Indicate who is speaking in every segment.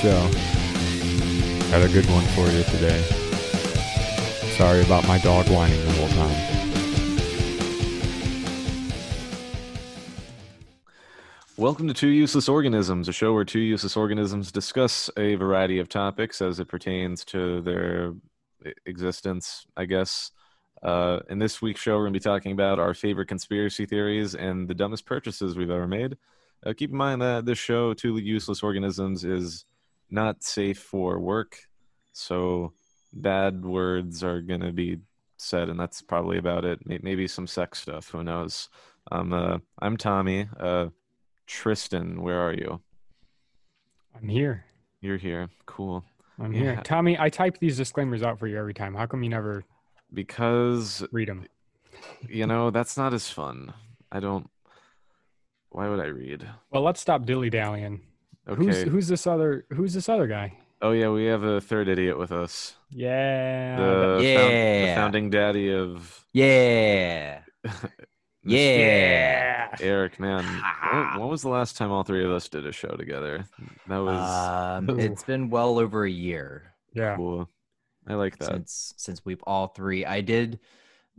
Speaker 1: show. Got a good one for you today. Sorry about my dog whining the whole time.
Speaker 2: Welcome to Two Useless Organisms, a show where two useless organisms discuss a variety of topics as it pertains to their e- existence, I guess. Uh, in this week's show, we're going to be talking about our favorite conspiracy theories and the dumbest purchases we've ever made. Uh, keep in mind that this show, Two Useless Organisms, is not safe for work, so bad words are going to be said, and that's probably about it. May- Maybe some sex stuff, who knows? Um, uh, I'm Tommy. Uh, Tristan, where are you?
Speaker 3: I'm here.
Speaker 2: You're here. Cool.
Speaker 3: I'm
Speaker 2: Yeah.
Speaker 3: here. Tommy, I type these disclaimers out for you every time. How come you never
Speaker 2: Because,
Speaker 3: read them?
Speaker 2: you know, that's not as fun. I don't. Why would I read?
Speaker 3: Well, let's stop dilly dallying.
Speaker 2: Okay.
Speaker 3: Who's who's this other who's this other guy?
Speaker 2: Oh, yeah, we have a third idiot with us.
Speaker 3: Yeah.
Speaker 2: the, found- the
Speaker 4: Yeah.
Speaker 2: founding daddy of
Speaker 4: Yeah. Yeah.
Speaker 3: yeah.
Speaker 2: Eric, man. when, when was the last time all three of us did a show together? That was
Speaker 4: Um,
Speaker 3: Ooh.
Speaker 4: it's been well over a year
Speaker 3: Yeah.
Speaker 2: cool. I like that.
Speaker 4: since since we've all three. I did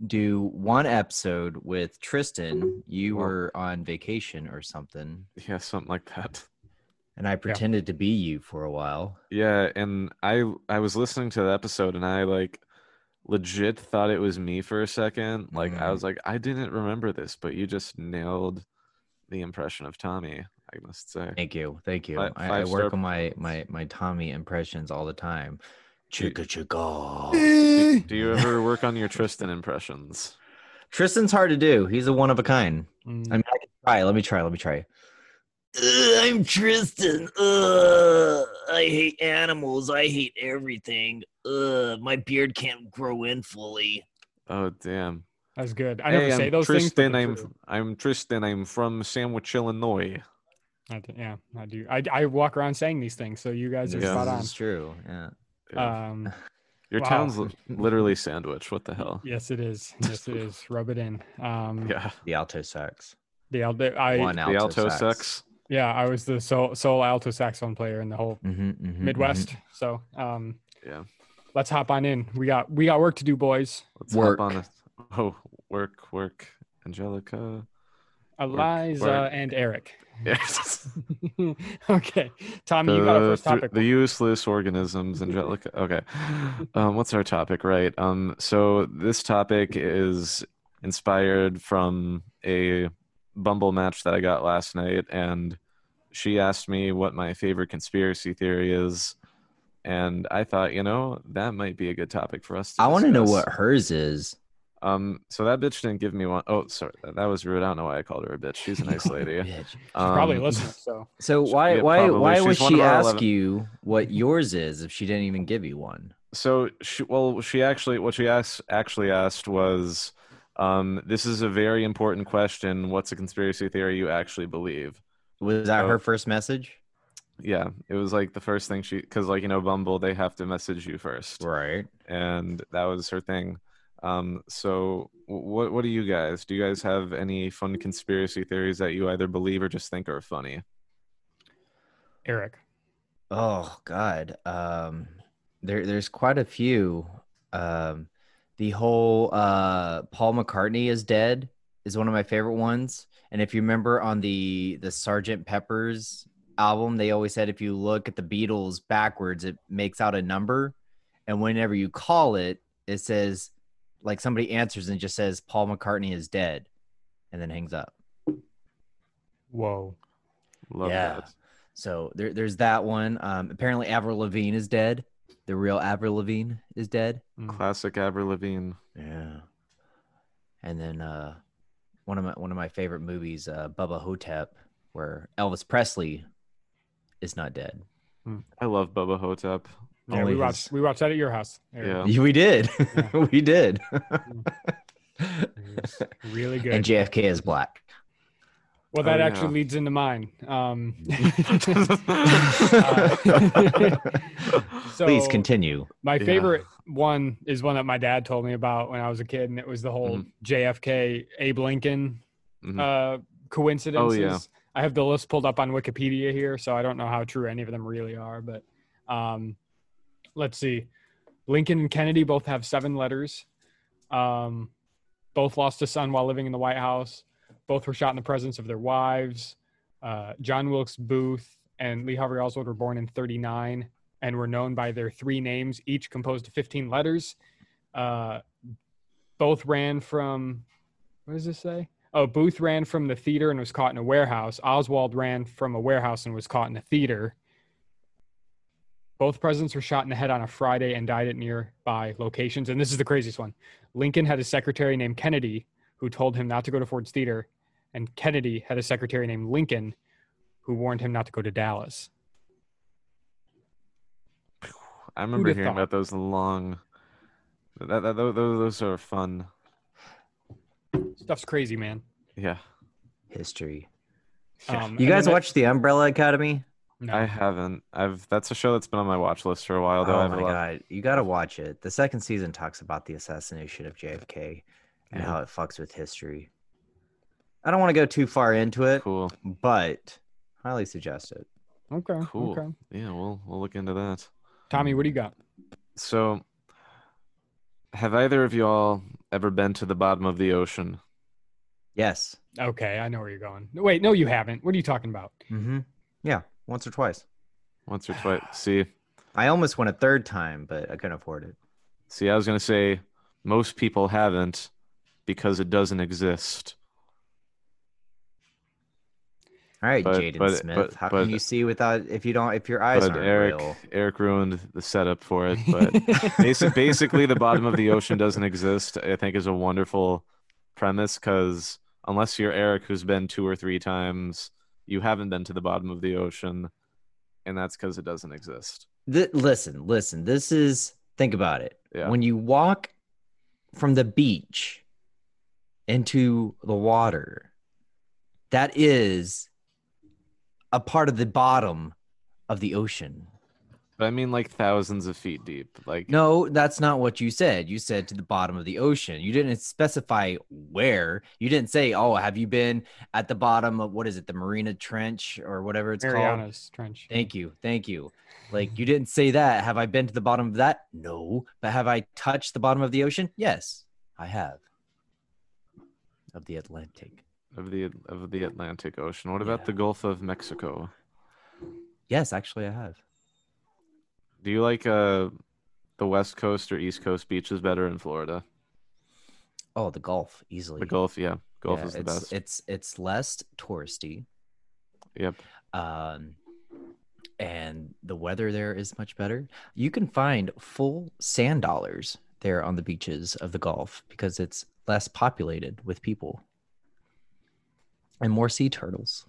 Speaker 4: do one episode with Tristan. You
Speaker 2: Wow.
Speaker 4: were on vacation or something,
Speaker 2: Yeah, something like that.
Speaker 4: and I pretended to be you for a while.
Speaker 2: Yeah, and I I was listening to the episode and I like legit thought it was me for a second. Like I
Speaker 3: Mm-hmm.
Speaker 4: Mhm.
Speaker 2: was like, I didn't remember this, but you just nailed the impression of Tommy, I must say.
Speaker 4: Thank you, thank you.
Speaker 2: Fi-
Speaker 4: I, I
Speaker 2: five-star
Speaker 4: work on my my my Tommy impressions all the time. Chicka chicka.
Speaker 2: Do, do you ever work on your Tristan impressions?
Speaker 4: Tristan's hard to do. He's a one of a kind.
Speaker 3: Mm,
Speaker 4: I mean, I can try. Let me try. Let me try. Uh, I'm Tristan. Uh, I hate animals. I hate everything. Uh, my beard can't grow in fully.
Speaker 2: Oh damn.
Speaker 3: that's good. I
Speaker 2: Hey,
Speaker 3: never say
Speaker 2: I'm
Speaker 3: those
Speaker 2: Tristan,
Speaker 3: things.
Speaker 2: I'm I'm Tristan, I'm from Sandwich, Illinois.
Speaker 3: I'm... yeah, I do. I, I walk around saying these things, so you guys are
Speaker 2: Yeah.
Speaker 3: spot on.
Speaker 4: This is true. Yeah.
Speaker 2: Yeah.
Speaker 3: Um,
Speaker 2: Your
Speaker 3: wow.
Speaker 2: town's li- literally sandwich. What the hell?
Speaker 3: yes, it is. Yes, it is. Rub it in. Um,
Speaker 2: Yeah.
Speaker 4: The alto sax.
Speaker 3: The Aldo, I
Speaker 4: One
Speaker 2: The alto sax.
Speaker 3: yeah, I was the sole sole alto saxophone player in the whole
Speaker 4: Mm-hmm, mm-hmm,
Speaker 3: Midwest. So um
Speaker 2: Yeah.
Speaker 3: Let's hop on in. We got we got work to do, boys.
Speaker 2: Let's hop on
Speaker 4: Work.
Speaker 2: this. Oh, work, work. Angelica.
Speaker 3: Eliza
Speaker 2: work.
Speaker 3: and Eric.
Speaker 2: Yes.
Speaker 3: okay. Tommy, you got a first
Speaker 2: thr-
Speaker 3: topic.
Speaker 2: the useless organisms, Angelica. Okay. Um, what's our topic? Right. Um, so this topic is inspired from a Bumble match that I got last night, and she asked me what my favorite conspiracy theory is. And I thought, you know, that might be a good topic for us. To
Speaker 4: I want to know
Speaker 2: discuss.
Speaker 4: what hers is.
Speaker 2: Um, so that bitch didn't give me one oh sorry, that that was rude. I don't know why I called her a bitch. She's a nice lady.
Speaker 4: Bitch.
Speaker 2: Um,
Speaker 3: Probably listening. So
Speaker 4: So
Speaker 2: Sh-
Speaker 4: why
Speaker 2: yeah,
Speaker 4: why
Speaker 2: probably.
Speaker 4: why
Speaker 2: She's
Speaker 4: would
Speaker 2: one of
Speaker 4: she
Speaker 2: our
Speaker 4: ask
Speaker 2: 11.
Speaker 4: you what yours is if she didn't even give you one?
Speaker 2: so she, well she actually what she asked actually asked was um, this is a very important question what's a conspiracy theory you actually believe
Speaker 4: Was that
Speaker 2: Oh.
Speaker 4: her first message?
Speaker 2: yeah it was like the first thing she because like you know bumble they have to message you first
Speaker 4: Right.
Speaker 2: and that was her thing um, so wh- what what do you guys do you guys have any fun conspiracy theories that you either believe or just think are funny
Speaker 3: Eric.
Speaker 4: Oh God. Um there there's quite a few. Um the whole uh Paul McCartney is dead is one of my favorite ones. And if you remember on the the Sergeant Pepper's album, they always said if you look at the Beatles backwards, it makes out a number. And whenever you call it, it says like somebody answers and just says Paul McCartney is dead and then hangs up.
Speaker 3: Whoa.
Speaker 2: love
Speaker 4: Yeah.
Speaker 2: that
Speaker 4: So there, there's that one. Um, apparently, Avril Lavigne is dead. The real Avril Lavigne is dead.
Speaker 2: classic Avril Lavigne
Speaker 4: Yeah. And then uh, one of my one of my favorite movies, uh, Bubba Hotep, where Elvis Presley is not dead.
Speaker 2: I love Bubba Hotep
Speaker 3: Yeah, we
Speaker 4: Always.
Speaker 3: watched we watched that at your house. Eric.
Speaker 2: Yeah.
Speaker 4: We did,
Speaker 3: Oh. Yeah.
Speaker 4: we did.
Speaker 3: Really good.
Speaker 4: and JFK is black.
Speaker 3: well that
Speaker 2: Oh, yeah.
Speaker 3: actually leads into mine. Um
Speaker 4: Uh,
Speaker 3: so
Speaker 4: Please continue.
Speaker 3: My
Speaker 2: Yeah.
Speaker 3: favorite one is one that my dad told me about when I was a kid, and it was the whole
Speaker 2: Mm-hmm.
Speaker 3: JFK Abe Lincoln
Speaker 2: Mhm.
Speaker 3: uh, coincidences. I have the list pulled up on Wikipedia here, so I don't know how true any of them really are, but Um, let's see. Lincoln and Kennedy both have seven letters. Um, both lost a son while living in the White House. Both were shot in the presence of their wives. Uh, John Wilkes Booth and Lee Harvey Oswald were born in 39 and were known by their three names, each composed of 15 letters. Uh, both ran from, what does this say? Oh, Booth ran from the theater and was caught in a warehouse. Oswald ran from a warehouse and was caught in a theater. Both presidents were shot in the head on a Friday and died at nearby locations. And this is the craziest one. Lincoln had a secretary named Kennedy who told him not to go to Ford's Theater, and Kennedy had a secretary named Lincoln who warned him not to go to Dallas.
Speaker 2: I remember
Speaker 3: have
Speaker 2: hearing
Speaker 3: thought?
Speaker 2: about those long. That, that, those, those are fun.
Speaker 3: Stuff's crazy, man.
Speaker 2: Yeah,
Speaker 4: History.
Speaker 3: Um, and
Speaker 4: You
Speaker 3: then
Speaker 4: guys
Speaker 3: that-
Speaker 4: watch The Umbrella Academy?
Speaker 3: No.
Speaker 2: I haven't. I've that's a show that's been on my watch list for a while. Though I
Speaker 4: oh
Speaker 2: have
Speaker 4: my
Speaker 2: a lot.
Speaker 4: god, you gotta watch it. The second season talks about the assassination of JFK and
Speaker 2: Yeah.
Speaker 4: how it fucks with history. I don't want to go too far into it,
Speaker 2: Cool.
Speaker 4: but highly suggest it.
Speaker 3: Okay.
Speaker 2: Cool.
Speaker 3: Okay.
Speaker 2: Yeah, we'll we'll look into that.
Speaker 3: Tommy, what do you got?
Speaker 2: So, have either of y'all ever been to the bottom of the ocean?
Speaker 4: Yes.
Speaker 3: Okay, I know where you're going. No, Wait, no, you haven't. What are you talking about?
Speaker 4: Mm-hmm. Yeah, once or twice.
Speaker 2: Once or twice. See,
Speaker 4: I almost went a third time, but I couldn't afford it.
Speaker 2: see, I was gonna say most people haven't because it doesn't exist.
Speaker 4: All right,
Speaker 2: But-
Speaker 4: Jaden
Speaker 2: but-
Speaker 4: Smith.
Speaker 2: but-
Speaker 4: how
Speaker 2: but-
Speaker 4: can you see without if you don't if your eyes
Speaker 2: but
Speaker 4: aren't
Speaker 2: Eric,
Speaker 4: real?
Speaker 2: Eric ruined the setup for it. But Basi- basically, the bottom of the ocean doesn't exist. I think is a wonderful premise because unless you're Eric, who's been two or three times, you haven't been to the bottom of the ocean, and that's because it doesn't exist.
Speaker 4: Th- listen, listen. This is think about it.
Speaker 2: Yeah.
Speaker 4: When you walk from the beach into the water, that is a part of the bottom of the ocean.
Speaker 2: But I mean, like thousands of feet deep. Like
Speaker 4: No, that's not what you said. You said to the bottom of the ocean. You didn't specify where. You didn't say, "Oh, have you been at the bottom of what is it, the Marina Trench or whatever it's called?"
Speaker 3: Mariana's Trench.
Speaker 4: Thank you. Thank you. Like you didn't say that. Have I been to the bottom of that? No. But have I touched the bottom of the ocean? Yes, I have. Of the Atlantic.
Speaker 2: of the of the Atlantic Ocean. What about
Speaker 4: Yeah.
Speaker 2: the Gulf of Mexico?
Speaker 4: Yes, actually I have.
Speaker 2: Do you like uh the West Coast or East Coast beaches better in Florida?
Speaker 4: Oh, the Gulf easily.
Speaker 2: The Gulf, yeah, Gulf
Speaker 4: Yeah,
Speaker 2: is the
Speaker 4: it's,
Speaker 2: best.
Speaker 4: It's it's less touristy.
Speaker 2: Yep.
Speaker 4: Um and the weather there is much better. You can find full sand dollars there on the beaches of the Gulf because it's less populated with people and more sea turtles.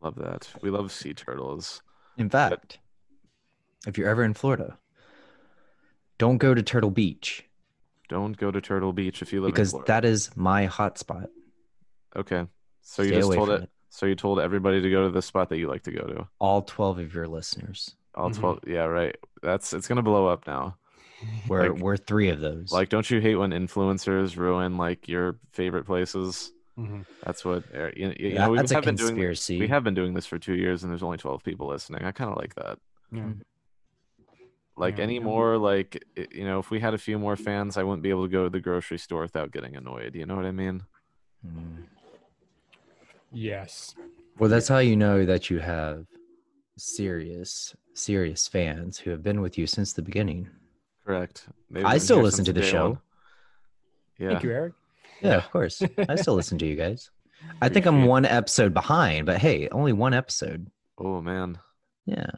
Speaker 2: Love that. We love sea turtles.
Speaker 4: In fact, if you're ever in Florida, don't go to Turtle Beach
Speaker 2: Don't go to Turtle Beach if you live in
Speaker 4: because
Speaker 2: Florida.
Speaker 4: that is my hotspot.
Speaker 2: Okay. So you
Speaker 4: Stay
Speaker 2: just
Speaker 4: away
Speaker 2: told
Speaker 4: from
Speaker 2: it,
Speaker 4: it.
Speaker 2: So you told everybody to go to the spot that you like to go to.
Speaker 4: All 12 of your listeners.
Speaker 2: All
Speaker 3: Mhm.
Speaker 2: 12 Yeah, right. That's it's gonna blow up now.
Speaker 4: We're,
Speaker 2: Like-
Speaker 4: we're three of those.
Speaker 2: Like, don't you hate when influencers ruin like your favorite places?
Speaker 3: Mhm.
Speaker 2: That's what Eric- you, you
Speaker 4: That-
Speaker 2: know. We
Speaker 4: that's a
Speaker 2: have been doing
Speaker 4: conspiracy.
Speaker 2: we have been doing this for two years and there's only 12 people listening i kind of like that
Speaker 3: Yeah.
Speaker 4: Mm-hmm.
Speaker 2: like
Speaker 3: Yeah.
Speaker 2: any more like i- you know if we had a few more fans i wouldn't be able to go to the grocery store without getting annoyed you know what i mean
Speaker 4: Mm.
Speaker 3: Yes.
Speaker 4: Well, that's how you know that you have serious, serious fans who have been with you since the beginning.
Speaker 2: correct They've
Speaker 4: I
Speaker 2: been
Speaker 4: still
Speaker 2: here
Speaker 4: listen
Speaker 2: since
Speaker 4: to the
Speaker 2: day
Speaker 4: show.
Speaker 2: one. yeah
Speaker 3: Thank you, Eric.
Speaker 4: Yeah, of course. I still listen to you guys. I think I'm
Speaker 2: Appreciate it.
Speaker 4: one episode behind, but hey, only one episode.
Speaker 2: oh man
Speaker 4: Yeah.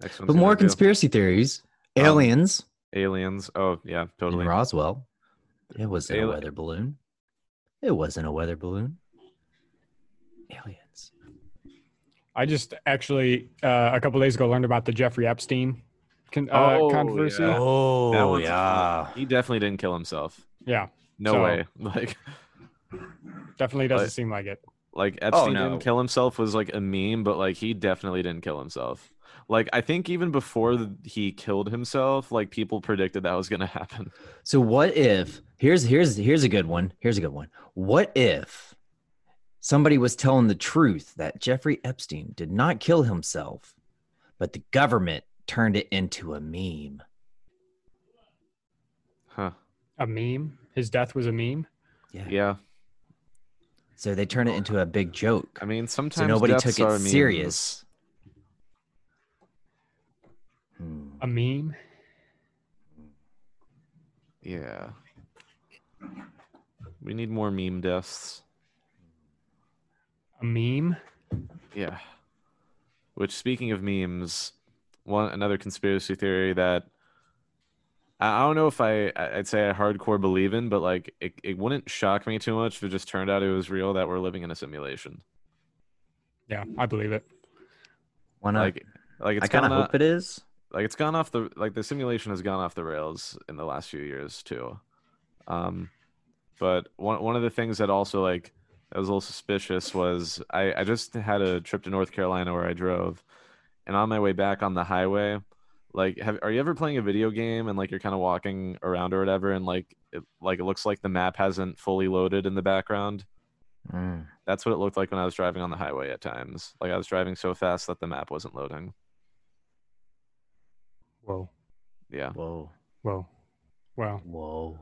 Speaker 2: Next one's
Speaker 4: But
Speaker 2: gonna
Speaker 4: more
Speaker 2: do
Speaker 4: conspiracy theories,
Speaker 2: Um,
Speaker 4: aliens,
Speaker 2: aliens oh yeah
Speaker 4: in
Speaker 2: totally
Speaker 4: Roswell. It wasn't
Speaker 2: Ali-
Speaker 4: a weather balloon. It wasn't a weather balloon. Aliens.
Speaker 3: I just actually uh, a couple days ago learned about the Jeffrey Epstein con- uh,
Speaker 2: Oh,
Speaker 3: controversy.
Speaker 2: yeah.
Speaker 3: Yeah.
Speaker 2: That
Speaker 4: Oh
Speaker 2: one's- he definitely didn't kill himself no
Speaker 3: So-
Speaker 2: way like
Speaker 3: definitely doesn't
Speaker 2: But-
Speaker 3: seem like it.
Speaker 2: Like Epstein
Speaker 4: Oh, no.
Speaker 2: didn't kill himself was like a meme, but like he definitely didn't kill himself. Like I think even before th- he killed himself, like people predicted that was gonna happen.
Speaker 4: So what if here's here's here's a good one. Here's a good one. What if somebody was telling the truth that Jeffrey Epstein did not kill himself, but the government turned it into a meme.
Speaker 2: Huh.
Speaker 3: A meme. His death was a meme.
Speaker 4: Yeah.
Speaker 2: Yeah.
Speaker 4: So they turned it into a big joke.
Speaker 2: I mean, sometimes
Speaker 4: so nobody
Speaker 2: deaths
Speaker 4: took
Speaker 2: are
Speaker 4: it
Speaker 2: memes.
Speaker 4: serious. Hmm.
Speaker 3: A meme.
Speaker 2: Yeah. We need more meme deaths.
Speaker 3: A meme.
Speaker 2: Yeah. Which, speaking of memes, one another conspiracy theory that I I don't know if I I- I'd say I hardcore believe in, but like it, it wouldn't shock me too much if it just turned out it was real that we're living in a simulation.
Speaker 3: Yeah, I believe it.
Speaker 4: Why not?
Speaker 2: Like like it's
Speaker 4: I kind of
Speaker 2: gone o-
Speaker 4: hope it is.
Speaker 2: like it's gone off the like the simulation has gone off the rails in the last few years too. Um, but one one of the things that also like that was a little suspicious was I I just had a trip to North Carolina where I drove, and on my way back on the highway, like have are you ever playing a video game and like you're kind of walking around or whatever and like it, like it looks like the map hasn't fully loaded in the background.
Speaker 4: Mm.
Speaker 2: That's what it looked like when I was driving on the highway at times. Like I was driving so fast that the map wasn't loading.
Speaker 3: Whoa,
Speaker 2: Yeah.
Speaker 4: Whoa.
Speaker 3: whoa, wow.
Speaker 4: Whoa.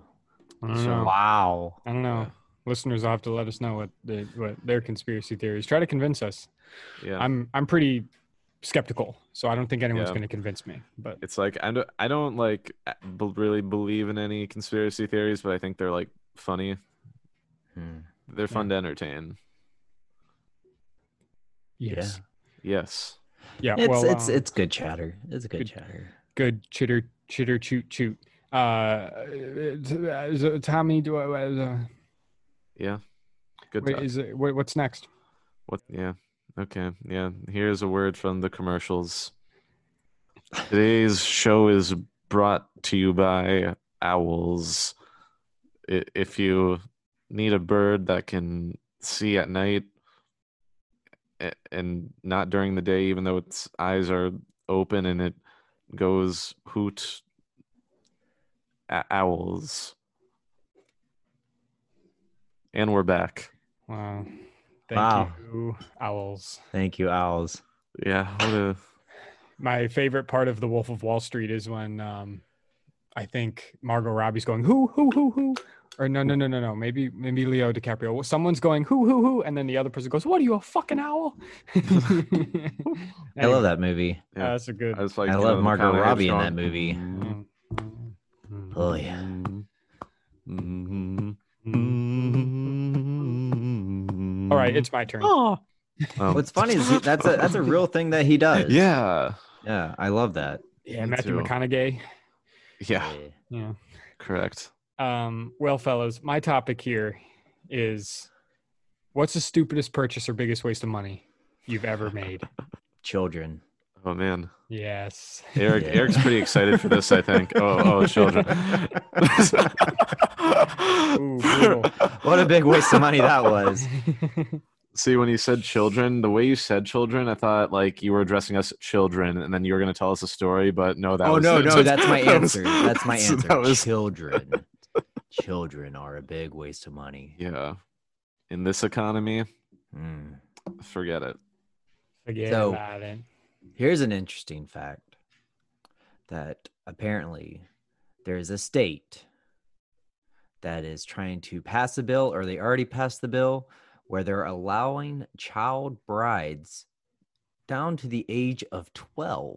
Speaker 3: I don't
Speaker 2: So-
Speaker 3: know.
Speaker 4: Hmm. Wow.
Speaker 3: I don't know.
Speaker 2: Yeah.
Speaker 3: Listeners will have to let us know what the what their conspiracy theories. Try to convince us.
Speaker 2: Yeah.
Speaker 3: I'm I'm pretty skeptical, so I don't think anyone's
Speaker 2: Yeah.
Speaker 3: going to convince me. But
Speaker 2: it's like I don't, I don't like b- really believe in any conspiracy theories, but I think they're like funny.
Speaker 4: Hmm.
Speaker 2: They're fun to entertain.
Speaker 3: yes,
Speaker 2: Yes.
Speaker 3: yeah.
Speaker 4: it's
Speaker 3: well,
Speaker 4: it's
Speaker 3: um,
Speaker 4: it's good chatter. It's good,
Speaker 3: good-
Speaker 4: chatter.
Speaker 3: good chitter chitter choot choot. Uh, it's- it's- it's how many do I? Uh,
Speaker 2: Yeah. Good.
Speaker 3: wait,
Speaker 2: talk.
Speaker 3: is it, what, what's next?
Speaker 2: what? Yeah. Okay. Yeah. Here's a word from the commercials. Today's show is brought to you by owls. I- If you need a bird that can see at night a- and not during the day, even though its eyes are open and it goes hoot, a- owls. And we're back.
Speaker 3: Wow. Thank
Speaker 4: Wow.
Speaker 3: you, owls.
Speaker 4: Thank you, owls.
Speaker 2: Yeah. What a.
Speaker 3: My favorite part of The Wolf of Wall Street is when um, I think Margot Robbie's going who who who who, or no no no no no maybe maybe Leo DiCaprio. Well, Someone's going who who who, and then the other person goes, "What are you a fucking owl?"
Speaker 4: I love that movie.
Speaker 2: Yeah.
Speaker 3: that's a good.
Speaker 2: I was like,
Speaker 4: I
Speaker 2: you
Speaker 4: love
Speaker 2: know,
Speaker 4: Margot
Speaker 2: McConaughey's
Speaker 4: Robbie in
Speaker 2: going,
Speaker 4: that movie.
Speaker 3: Mm,
Speaker 4: Oh yeah.
Speaker 2: Mhm. Mhm.
Speaker 3: mm. All right, it's my turn.
Speaker 2: oh. Oh.
Speaker 4: What's funny is he- that's a that's a real thing that he does.
Speaker 2: yeah,
Speaker 4: Yeah, I love that.
Speaker 3: yeah,
Speaker 2: me
Speaker 3: Matthew
Speaker 2: too.
Speaker 3: McConaughey.
Speaker 2: yeah,
Speaker 3: Yeah.
Speaker 2: correct.
Speaker 3: Um, well, fellas, my topic here is what's the stupidest purchase or biggest waste of money you've ever made?
Speaker 4: Children.
Speaker 2: Oh man,
Speaker 3: yes.
Speaker 2: Eric,
Speaker 4: Yeah.
Speaker 2: Eric's pretty excited for this. I think. Oh, oh, children.
Speaker 3: Ooh, brutal.
Speaker 4: What a big waste of money that was.
Speaker 2: See, when you said children, the way you said children, I thought like you were addressing us children, and then you were going to tell us a story. But no, that
Speaker 4: oh
Speaker 2: was
Speaker 4: no, no, that's my
Speaker 2: that was-
Speaker 4: answer. That's my answer.
Speaker 2: That was
Speaker 4: Children. Children are a big waste of money.
Speaker 2: yeah. In this economy,
Speaker 4: Mm.
Speaker 2: forget it.
Speaker 3: Forget
Speaker 4: So-
Speaker 3: about it.
Speaker 4: Here's an interesting fact that apparently there is a state that is trying to pass a bill, or they already passed the bill, where they're allowing child brides down to the age of 12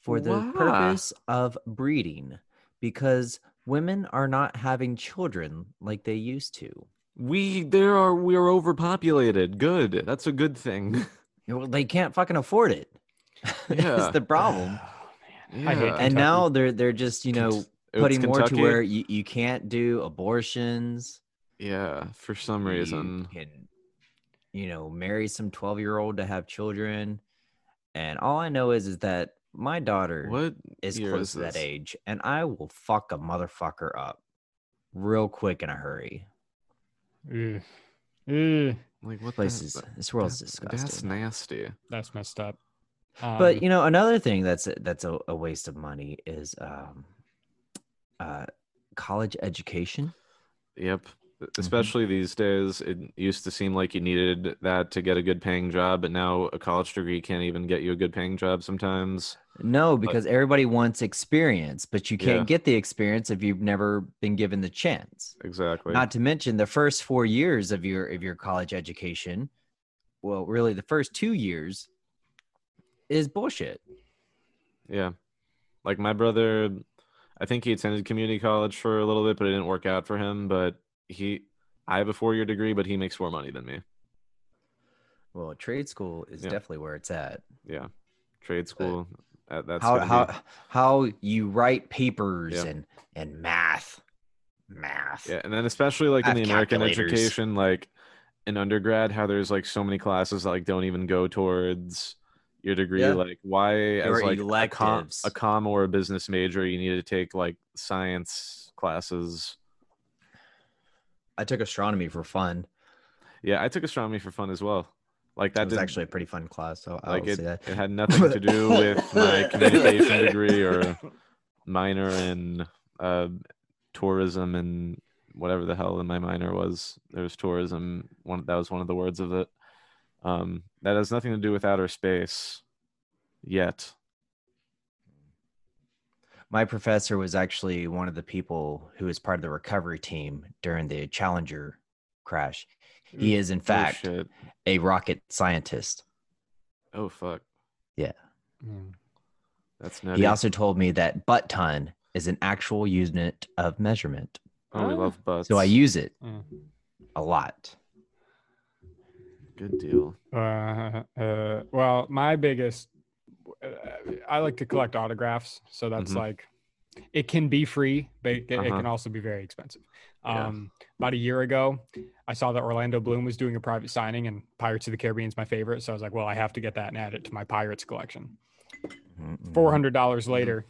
Speaker 4: for the
Speaker 2: Wow.
Speaker 4: purpose of breeding because women are not having children like they used to.
Speaker 2: We there are we're overpopulated. Good. That's a good thing.
Speaker 4: You know, They can't fucking afford it.
Speaker 2: Yeah.
Speaker 4: It's the
Speaker 3: I
Speaker 4: problem.
Speaker 3: hate
Speaker 2: Yeah.
Speaker 3: Kentucky.
Speaker 4: And now they're they're just, you know,
Speaker 2: It's
Speaker 4: putting more to
Speaker 2: Kentucky.
Speaker 4: where you, you can't do abortions.
Speaker 2: Yeah, for some
Speaker 4: you
Speaker 2: reason.
Speaker 4: can, you know, marry some 12 year old to have children. And all I know is is that my daughter
Speaker 2: What?
Speaker 4: is
Speaker 2: year
Speaker 4: close
Speaker 2: is
Speaker 4: to that
Speaker 2: this?
Speaker 4: age, and I will fuck a motherfucker up real quick in a hurry.
Speaker 3: Ugh. Ugh.
Speaker 2: Like what the-
Speaker 4: Places,
Speaker 2: that-
Speaker 4: this world's
Speaker 2: that-
Speaker 4: disgusting.
Speaker 2: That's nasty.
Speaker 3: That's messed up. Um,
Speaker 4: but you know another thing that's a, that's a, a waste of money is um, uh, college education.
Speaker 2: Yep. especially these days. It used to seem like you needed that to get a good paying job, but now a college degree can't even get you a good paying job sometimes.
Speaker 4: No, because everybody wants experience, but you can't
Speaker 2: Yeah.
Speaker 4: get the experience if you've never been given the chance.
Speaker 2: Exactly.
Speaker 4: Not to mention the first four years of your of your college education, well, really the first two years is bullshit.
Speaker 2: yeah. Like my brother, I think he attended community college for a little bit, but it didn't work out for him. But he, I have a four year degree, but he makes more money than me.
Speaker 4: Well, trade school is
Speaker 2: Yeah.
Speaker 4: definitely where it's at.
Speaker 2: Yeah. Trade school. uh, that's
Speaker 4: how
Speaker 2: gonna be-
Speaker 4: how how you write papers
Speaker 2: Yeah.
Speaker 4: and and math, math.
Speaker 2: Yeah, and then especially like in
Speaker 4: Have
Speaker 2: the American
Speaker 4: calculators.
Speaker 2: education, like in undergrad, how there's like so many classes that like don't even go towards your degree.
Speaker 4: Yeah.
Speaker 2: Like why as
Speaker 4: are
Speaker 2: like a com,
Speaker 4: electives.
Speaker 2: a com or a business major, you need to take like science classes.
Speaker 4: I took astronomy for fun.
Speaker 2: Yeah, I took astronomy for fun as well. Like
Speaker 4: That
Speaker 2: that
Speaker 4: was
Speaker 2: didn't-
Speaker 4: actually a pretty fun class. So I'll
Speaker 2: like it,
Speaker 4: say that.
Speaker 2: it had nothing to do with my communication degree or minor in uh, tourism and whatever the hell in my minor was. There was tourism. One that was one of the words of it. Um, that has nothing to do with outer space yet.
Speaker 4: My professor was actually one of the people who was part of the recovery team during the Challenger crash. He is, in fact,
Speaker 2: Oh, shit.
Speaker 4: a rocket scientist.
Speaker 2: oh fuck.
Speaker 3: Mm.
Speaker 2: That's nutty.
Speaker 4: He also told me that butt ton is an actual unit of measurement.
Speaker 2: oh, we love butts.
Speaker 4: So I use it
Speaker 3: Mm.
Speaker 4: a lot.
Speaker 2: Good deal.
Speaker 3: Uh, uh, well, my biggest, uh, I like to collect autographs, so that's
Speaker 2: Mhm.
Speaker 3: like, it can be free, but it, it
Speaker 2: Uh-huh.
Speaker 3: can also be very expensive.
Speaker 2: Yeah.
Speaker 3: Um, About a year ago, I saw that Orlando Bloom was doing a private signing, and Pirates of the Caribbean is my favorite, so I was like, well, I have to get that and add it to my Pirates collection.
Speaker 4: Mm-mm.
Speaker 3: Four hundred
Speaker 2: Mm-hmm.
Speaker 3: dollars later,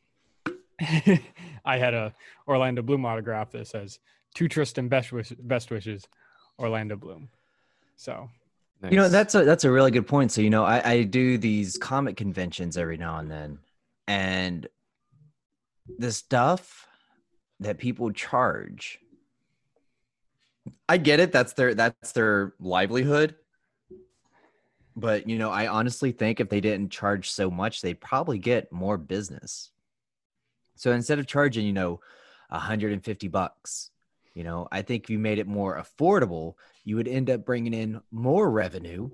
Speaker 3: I had a Orlando Bloom autograph that says "To Tristan, best, wish- best wishes, Orlando Bloom." So
Speaker 4: You know,
Speaker 2: Nice.
Speaker 4: that's a that's a really good point. So, you know, I, I do these comic conventions every now and then, and the stuff that people charge. I get it. That's their that's their livelihood. But you know, I honestly think if they didn't charge so much, they'd probably get more business. So instead of charging, you know, 150 bucks, you know, I think if you made it more affordable, you would end up bringing in more revenue.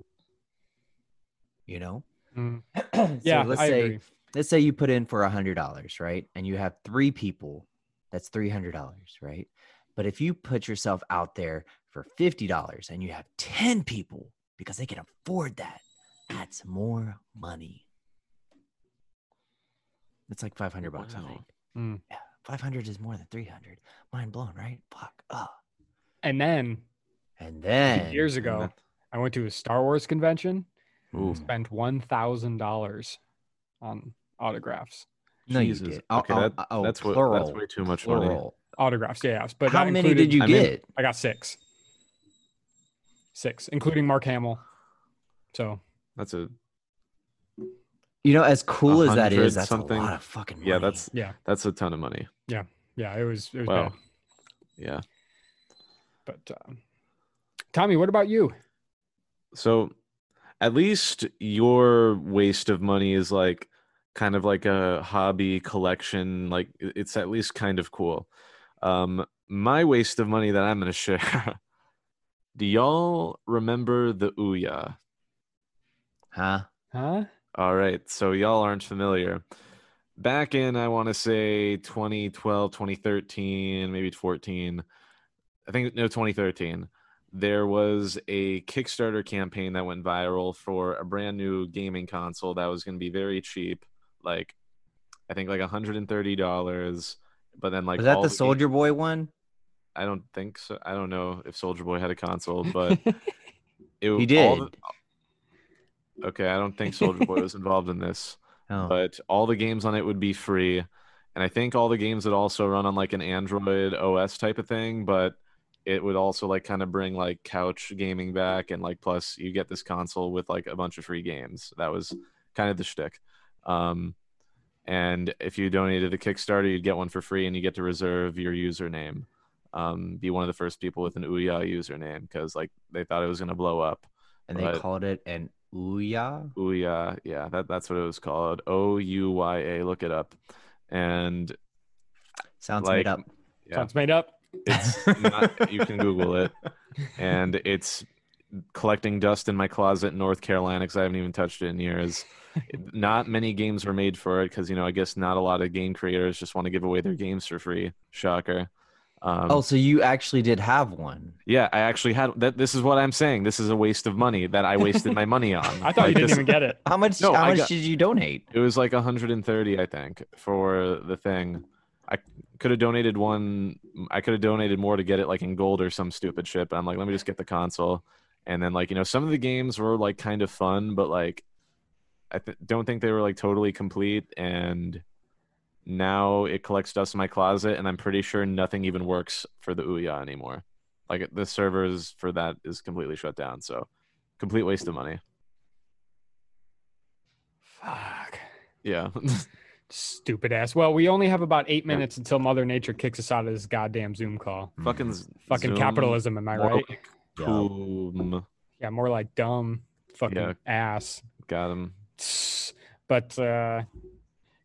Speaker 4: You know,
Speaker 3: mm,
Speaker 4: So
Speaker 3: yeah,
Speaker 4: let's
Speaker 3: I
Speaker 4: say
Speaker 3: agree.
Speaker 4: let's say you put in for a hundred dollars, right? And you have three people, that's three hundred dollars, right? But if you put yourself out there for fifty dollars and you have ten people because they can afford that, that's more money. It's like five hundred bucks, I
Speaker 2: Wow.
Speaker 4: think.
Speaker 3: Mm.
Speaker 4: Yeah, five hundred is more than three hundred. Mind blown, right? Fuck. Oh.
Speaker 3: And then
Speaker 4: And then
Speaker 3: years ago,
Speaker 2: that-
Speaker 3: I went to a Star Wars convention,
Speaker 2: Ooh.
Speaker 3: spent one thousand dollars on autographs.
Speaker 4: No, you
Speaker 2: Jesus.
Speaker 4: did. Oh,
Speaker 2: Okay,
Speaker 4: oh,
Speaker 2: that,
Speaker 4: oh,
Speaker 2: that's what.
Speaker 4: plural.
Speaker 2: That's way too much money.
Speaker 4: plural.
Speaker 3: Autographs, yeah. But
Speaker 4: How
Speaker 3: that
Speaker 4: many
Speaker 3: included-
Speaker 4: did you
Speaker 2: I mean-
Speaker 4: get?
Speaker 3: I got six. Six, including Mark Hamill. So
Speaker 2: That's a
Speaker 4: you know, as cool as that
Speaker 2: 100
Speaker 4: is, that's
Speaker 2: something.
Speaker 4: a lot of fucking. Money.
Speaker 2: yeah. That's
Speaker 3: yeah,
Speaker 2: that's a ton of money.
Speaker 3: yeah, it was it was
Speaker 2: Wow.
Speaker 3: bad.
Speaker 2: Yeah.
Speaker 3: But um, Tommy, what about you?
Speaker 2: So at least your waste of money is like kind of like a hobby collection. Like i- it's at least kind of cool. Um, my waste of money that I'm going to share. Do y'all remember the Ouya?
Speaker 4: huh?
Speaker 3: Huh?
Speaker 2: All right. So y'all aren't familiar. Back in, I want to say 2012, 2013, maybe 14. I think, no, 2013. There was a Kickstarter campaign that went viral for a brand new gaming console that was going to be very cheap. Like, I think like $130. But then, like,
Speaker 4: was that
Speaker 2: all
Speaker 4: the
Speaker 2: ga-
Speaker 4: Soldier Boy one?
Speaker 2: I don't think so. I don't know if Soldier Boy had a console, but it
Speaker 4: He
Speaker 2: all
Speaker 4: did.
Speaker 2: the- okay, I don't think Soldier Boy was involved in this
Speaker 4: oh,
Speaker 2: but all the games on it would be free. And I think all the games would also run on like an Android OS type of thing, but it would also like kind of bring like couch gaming back. And like, plus you get this console with like a bunch of free games. That was kind of the shtick. Um, and if you donated to the Kickstarter, you'd get one for free and you get to reserve your username. um, be one of the first people with an Ouya username because like they thought it was gonna blow up.
Speaker 4: and they
Speaker 2: Right.
Speaker 4: called it an Ouya.
Speaker 2: Ouya, yeah, that, that's what it was called. O U Y A. Look it up. And
Speaker 4: Sounds
Speaker 2: Like- um,
Speaker 4: made up.
Speaker 2: yeah.
Speaker 3: Sounds made up.
Speaker 2: it's not, you can Google it. And it's collecting dust in my closet in North Carolina because I haven't even touched it in years. Not many games were made for it because you know I guess not a lot of game creators just want to give away their games for free. Shocker. Um,
Speaker 4: Oh, so you actually did have one.
Speaker 2: yeah, I actually had that. This is what I'm saying. This is a waste of money that I wasted my money on.
Speaker 3: I thought you
Speaker 2: Like,
Speaker 3: didn't
Speaker 2: this-
Speaker 3: even get it.
Speaker 4: How much?
Speaker 2: No,
Speaker 4: how
Speaker 2: I
Speaker 4: much
Speaker 2: got-
Speaker 4: did you donate?
Speaker 2: It was like 130, I think, for the thing. I could have donated one. I could have donated more to get it like in gold or some stupid shit. But I'm like, let me just get the console. And then like you know, some of the games were like kind of fun, but like I th- don't think they were like totally complete. And now it collects dust in my closet, and I'm pretty sure nothing even works for the Ouya anymore. Like the servers for that is completely shut down. So complete waste of money.
Speaker 3: Fuck.
Speaker 2: Yeah.
Speaker 3: Stupid ass. Well, we only have about eight
Speaker 2: Yeah.
Speaker 3: minutes until Mother Nature kicks us out of this goddamn Zoom call.
Speaker 4: Hmm,
Speaker 2: Fucking
Speaker 3: Fucking
Speaker 2: Zoom.
Speaker 3: capitalism, am I
Speaker 2: More
Speaker 3: right?
Speaker 2: like
Speaker 4: Yeah.
Speaker 2: Boom.
Speaker 3: Yeah, more like dumb fucking
Speaker 2: Yeah.
Speaker 3: ass.
Speaker 2: Got him.
Speaker 3: But uh,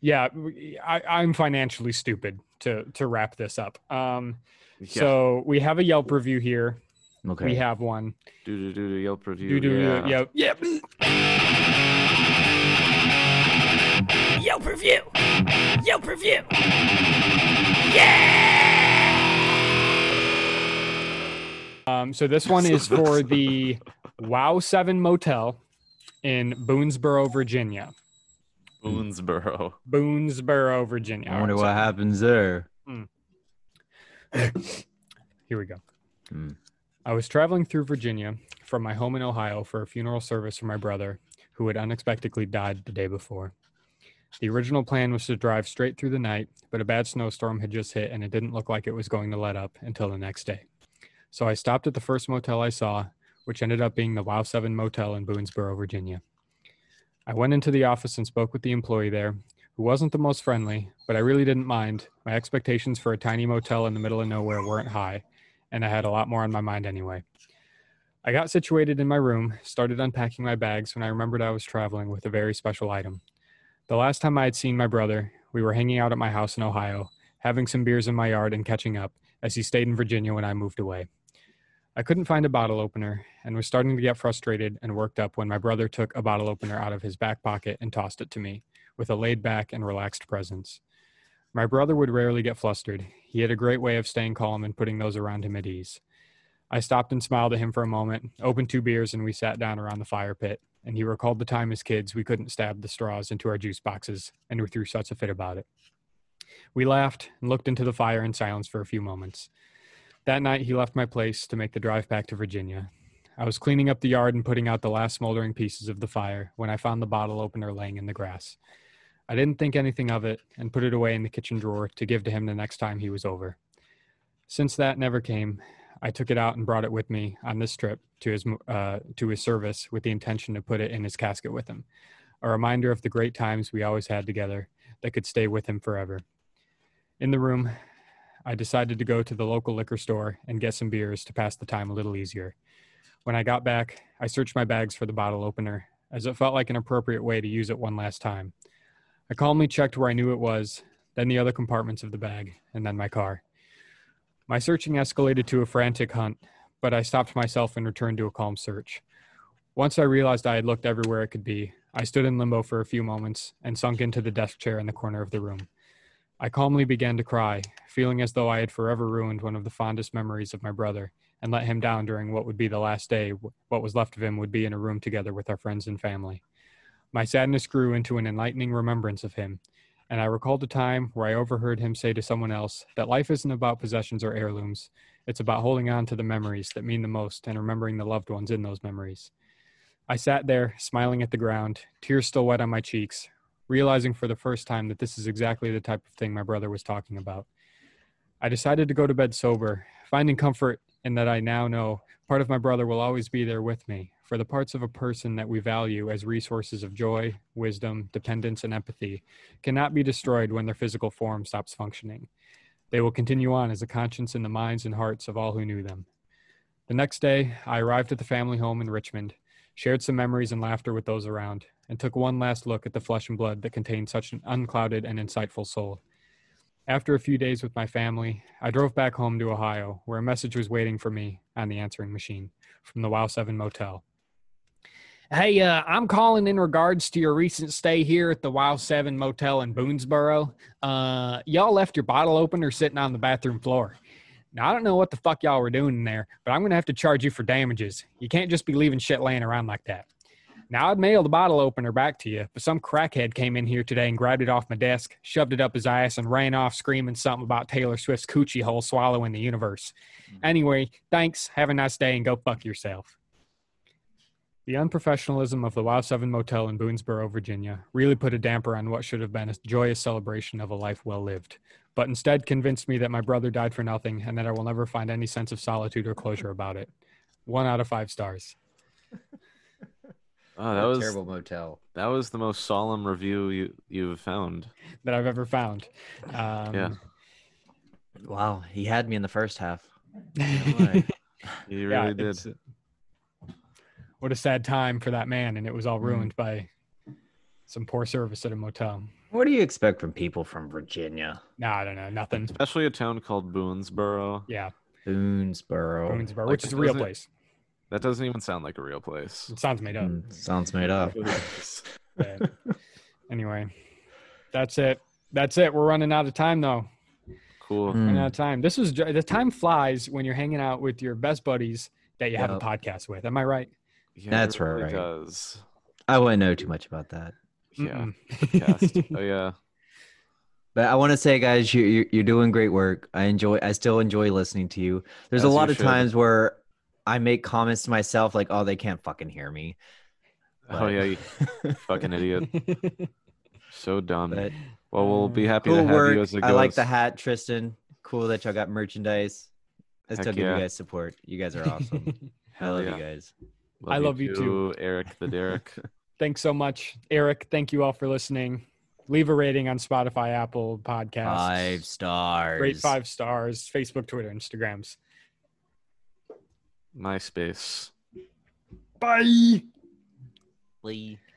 Speaker 3: yeah, we- I, I'm financially stupid to to wrap this up. Um, So we have a Yelp review here.
Speaker 4: Okay.
Speaker 3: We have one.
Speaker 2: do do do do Yelp review.
Speaker 3: Do do
Speaker 2: yeah.
Speaker 3: yeah. Yelp. Yep.
Speaker 5: Yelp review. Yelp review.
Speaker 3: Um, so this one is for the Wow Seven Motel in Boonesboro, Virginia.
Speaker 2: Boonesboro. Oh,
Speaker 3: Boonesboro, Virginia.
Speaker 4: I wonder
Speaker 3: Alright,
Speaker 4: what happens there.
Speaker 3: Here we go.
Speaker 4: Mm.
Speaker 3: I was traveling through Virginia from my home in Ohio for a funeral service for my brother, who had unexpectedly died the day before. The original plan was to drive straight through the night, but a bad snowstorm had just hit and it didn't look like it was going to let up until the next day. So I stopped at the first motel I saw, which ended up being the Wow 7 Motel in Boonesboro, Virginia. I went into the office and spoke with the employee there, who wasn't the most friendly, but I really didn't mind. My expectations for a tiny motel in the middle of nowhere weren't high, and I had a lot more on my mind anyway. I got situated in my room, started unpacking my bags when I remembered I was traveling with a very special item. The last time I had seen my brother, we were hanging out at my house in Ohio, having some beers in my yard and catching up, as he stayed in Virginia when I moved away. I couldn't find a bottle opener and was starting to get frustrated and worked up when my brother took a bottle opener out of his back pocket and tossed it to me with a laid back and relaxed presence. My brother would rarely get flustered. He had a great way of staying calm and putting those around him at ease. I stopped and smiled at him for a moment, opened two beers, and we sat down around the fire pit. And he recalled the time as kids we couldn't stab the straws into our juice boxes and we threw such a fit about it. We laughed and looked into the fire in silence for a few moments. That night, he left my place to make the drive back to Virginia. I was cleaning up the yard and putting out the last smoldering pieces of the fire when I found the bottle opener laying in the grass. I didn't think anything of it and put it away in the kitchen drawer to give to him the next time he was over. Since that never came, I took it out and brought it with me on this trip to his mo- uh, to his service with the intention to put it in his casket with him, a reminder of the great times we always had together that could stay with him forever. In the room, I decided to go to the local liquor store and get some beers to pass the time a little easier. When I got back, I searched my bags for the bottle opener, as it felt like an appropriate way to use it one last time. I calmly checked where I knew it was, then the other compartments of the bag, and then my car. My searching escalated to a frantic hunt, but I stopped myself and returned to a calm search. Once I realized I had looked everywhere it could be, I stood in limbo for a few moments and sunk into the desk chair in the corner of the room. I calmly began to cry, feeling as though I had forever ruined one of the fondest memories of my brother and let him down during what would be the last day what was left of him would be in a room together with our friends and family. My sadness grew into an enlightening remembrance of him, and I recalled a time where I overheard him say to someone else that life isn't about possessions or heirlooms, it's about holding on to the memories that mean the most and remembering the loved ones in those memories. I sat there, smiling at the ground, tears still wet on my cheeks, realizing for the first time that this is exactly the type of thing my brother was talking about. I decided to go to bed sober, finding comfort in that I now know part of my brother will always be there with me for the parts of a person that we value as resources of joy, wisdom, dependence, and empathy cannot be destroyed when their physical form stops functioning. They will continue on as a conscience in the minds and hearts of all who knew them. The next day, I arrived at the family home in Richmond, shared some memories and laughter with those around, and took one last look at the flesh and blood that contained such an unclouded and insightful soul. After a few days with my family, I drove back home to Ohio, where a message was waiting for me on the answering machine from the Wow 7 Motel. Hey, uh, I'm calling in regards to your recent stay here at the Wow 7 Motel in Boonesboro. Uh, y'all left your bottle opener sitting on the bathroom floor. Now, I don't know what the fuck y'all were doing in there, but I'm going to have to charge you for damages. You can't just be leaving shit laying around like that. Now, I'd mail the bottle opener back to you, but some crackhead came in here today and grabbed it off my desk, shoved it up his ass, and ran off screaming something about Taylor Swift's coochie hole swallowing the universe. Anyway, thanks. Have a nice day and go fuck yourself. The unprofessionalism of the Wow 7 Motel in Boonesboro, Virginia, really put a damper on what should have been a joyous celebration of a life well lived, but instead convinced me that my brother died for nothing and that I will never find any sense of solitude or closure about it. One out of five stars.
Speaker 2: Oh, that
Speaker 4: What a
Speaker 2: was
Speaker 4: terrible motel.
Speaker 2: that was the most solemn review you you've found.
Speaker 3: that I've ever found. Um,
Speaker 2: Yeah.
Speaker 4: Wow, he had me in the first half.
Speaker 2: Boy, You
Speaker 3: yeah,
Speaker 2: really did.
Speaker 3: it's- uh, What a sad time for that man, and it was
Speaker 2: Mm.
Speaker 3: all ruined by some poor service at a motel.
Speaker 4: What do you expect from people from Virginia?
Speaker 3: No, I don't know, nothing.
Speaker 2: Especially a town called Boonesboro.
Speaker 3: Yeah,
Speaker 4: Boonesboro.
Speaker 3: Boonesboro,
Speaker 2: Oh, Like,
Speaker 3: which is a real
Speaker 2: doesn't it-
Speaker 3: place.
Speaker 2: That doesn't even sound like a real place.
Speaker 3: It sounds made up.
Speaker 4: Mm, sounds made up.
Speaker 3: but anyway, that's it. That's it. We're running out of time though.
Speaker 2: cool.
Speaker 4: Mm.
Speaker 3: Running out of time. This was ju- the time flies when you're hanging out with your best buddies that you have a
Speaker 4: Yep.
Speaker 3: podcast with. Am I right?
Speaker 2: Yeah,
Speaker 4: That's
Speaker 2: it really
Speaker 4: right.
Speaker 2: Does.
Speaker 4: I wouldn't know too much about that.
Speaker 2: Yeah.
Speaker 3: Mm-mm.
Speaker 2: podcast. Oh yeah.
Speaker 4: But I want to say, guys, you, you you're doing great work. I enjoy. I still enjoy listening to you. There's
Speaker 2: As
Speaker 4: a
Speaker 2: you
Speaker 4: lot of
Speaker 2: should.
Speaker 4: times where I make comments to myself, like, "Oh, they can't fucking hear me."
Speaker 2: Oh
Speaker 4: But-
Speaker 2: yeah. You fucking idiot. So dumb.
Speaker 4: but um,
Speaker 2: well, we'll be Um, happy to
Speaker 4: cool
Speaker 2: have
Speaker 4: work.
Speaker 2: you as a
Speaker 4: I like the
Speaker 2: ghost.
Speaker 4: hat, Tristan. Cool that y'all got merchandise. I
Speaker 2: Heck
Speaker 4: still give
Speaker 2: yeah.
Speaker 4: you guys support. You guys are awesome. I
Speaker 2: Hell
Speaker 4: love
Speaker 2: yeah.
Speaker 4: you guys.
Speaker 2: Love
Speaker 3: I love you too.
Speaker 2: Eric the Derek.
Speaker 3: Thanks so much, Eric. Thank you all for listening. Leave a rating on Spotify, Apple Podcasts.
Speaker 4: Five stars.
Speaker 3: Rate five stars. Facebook, Twitter, Instagrams.
Speaker 2: MySpace.
Speaker 3: Bye.
Speaker 4: stars.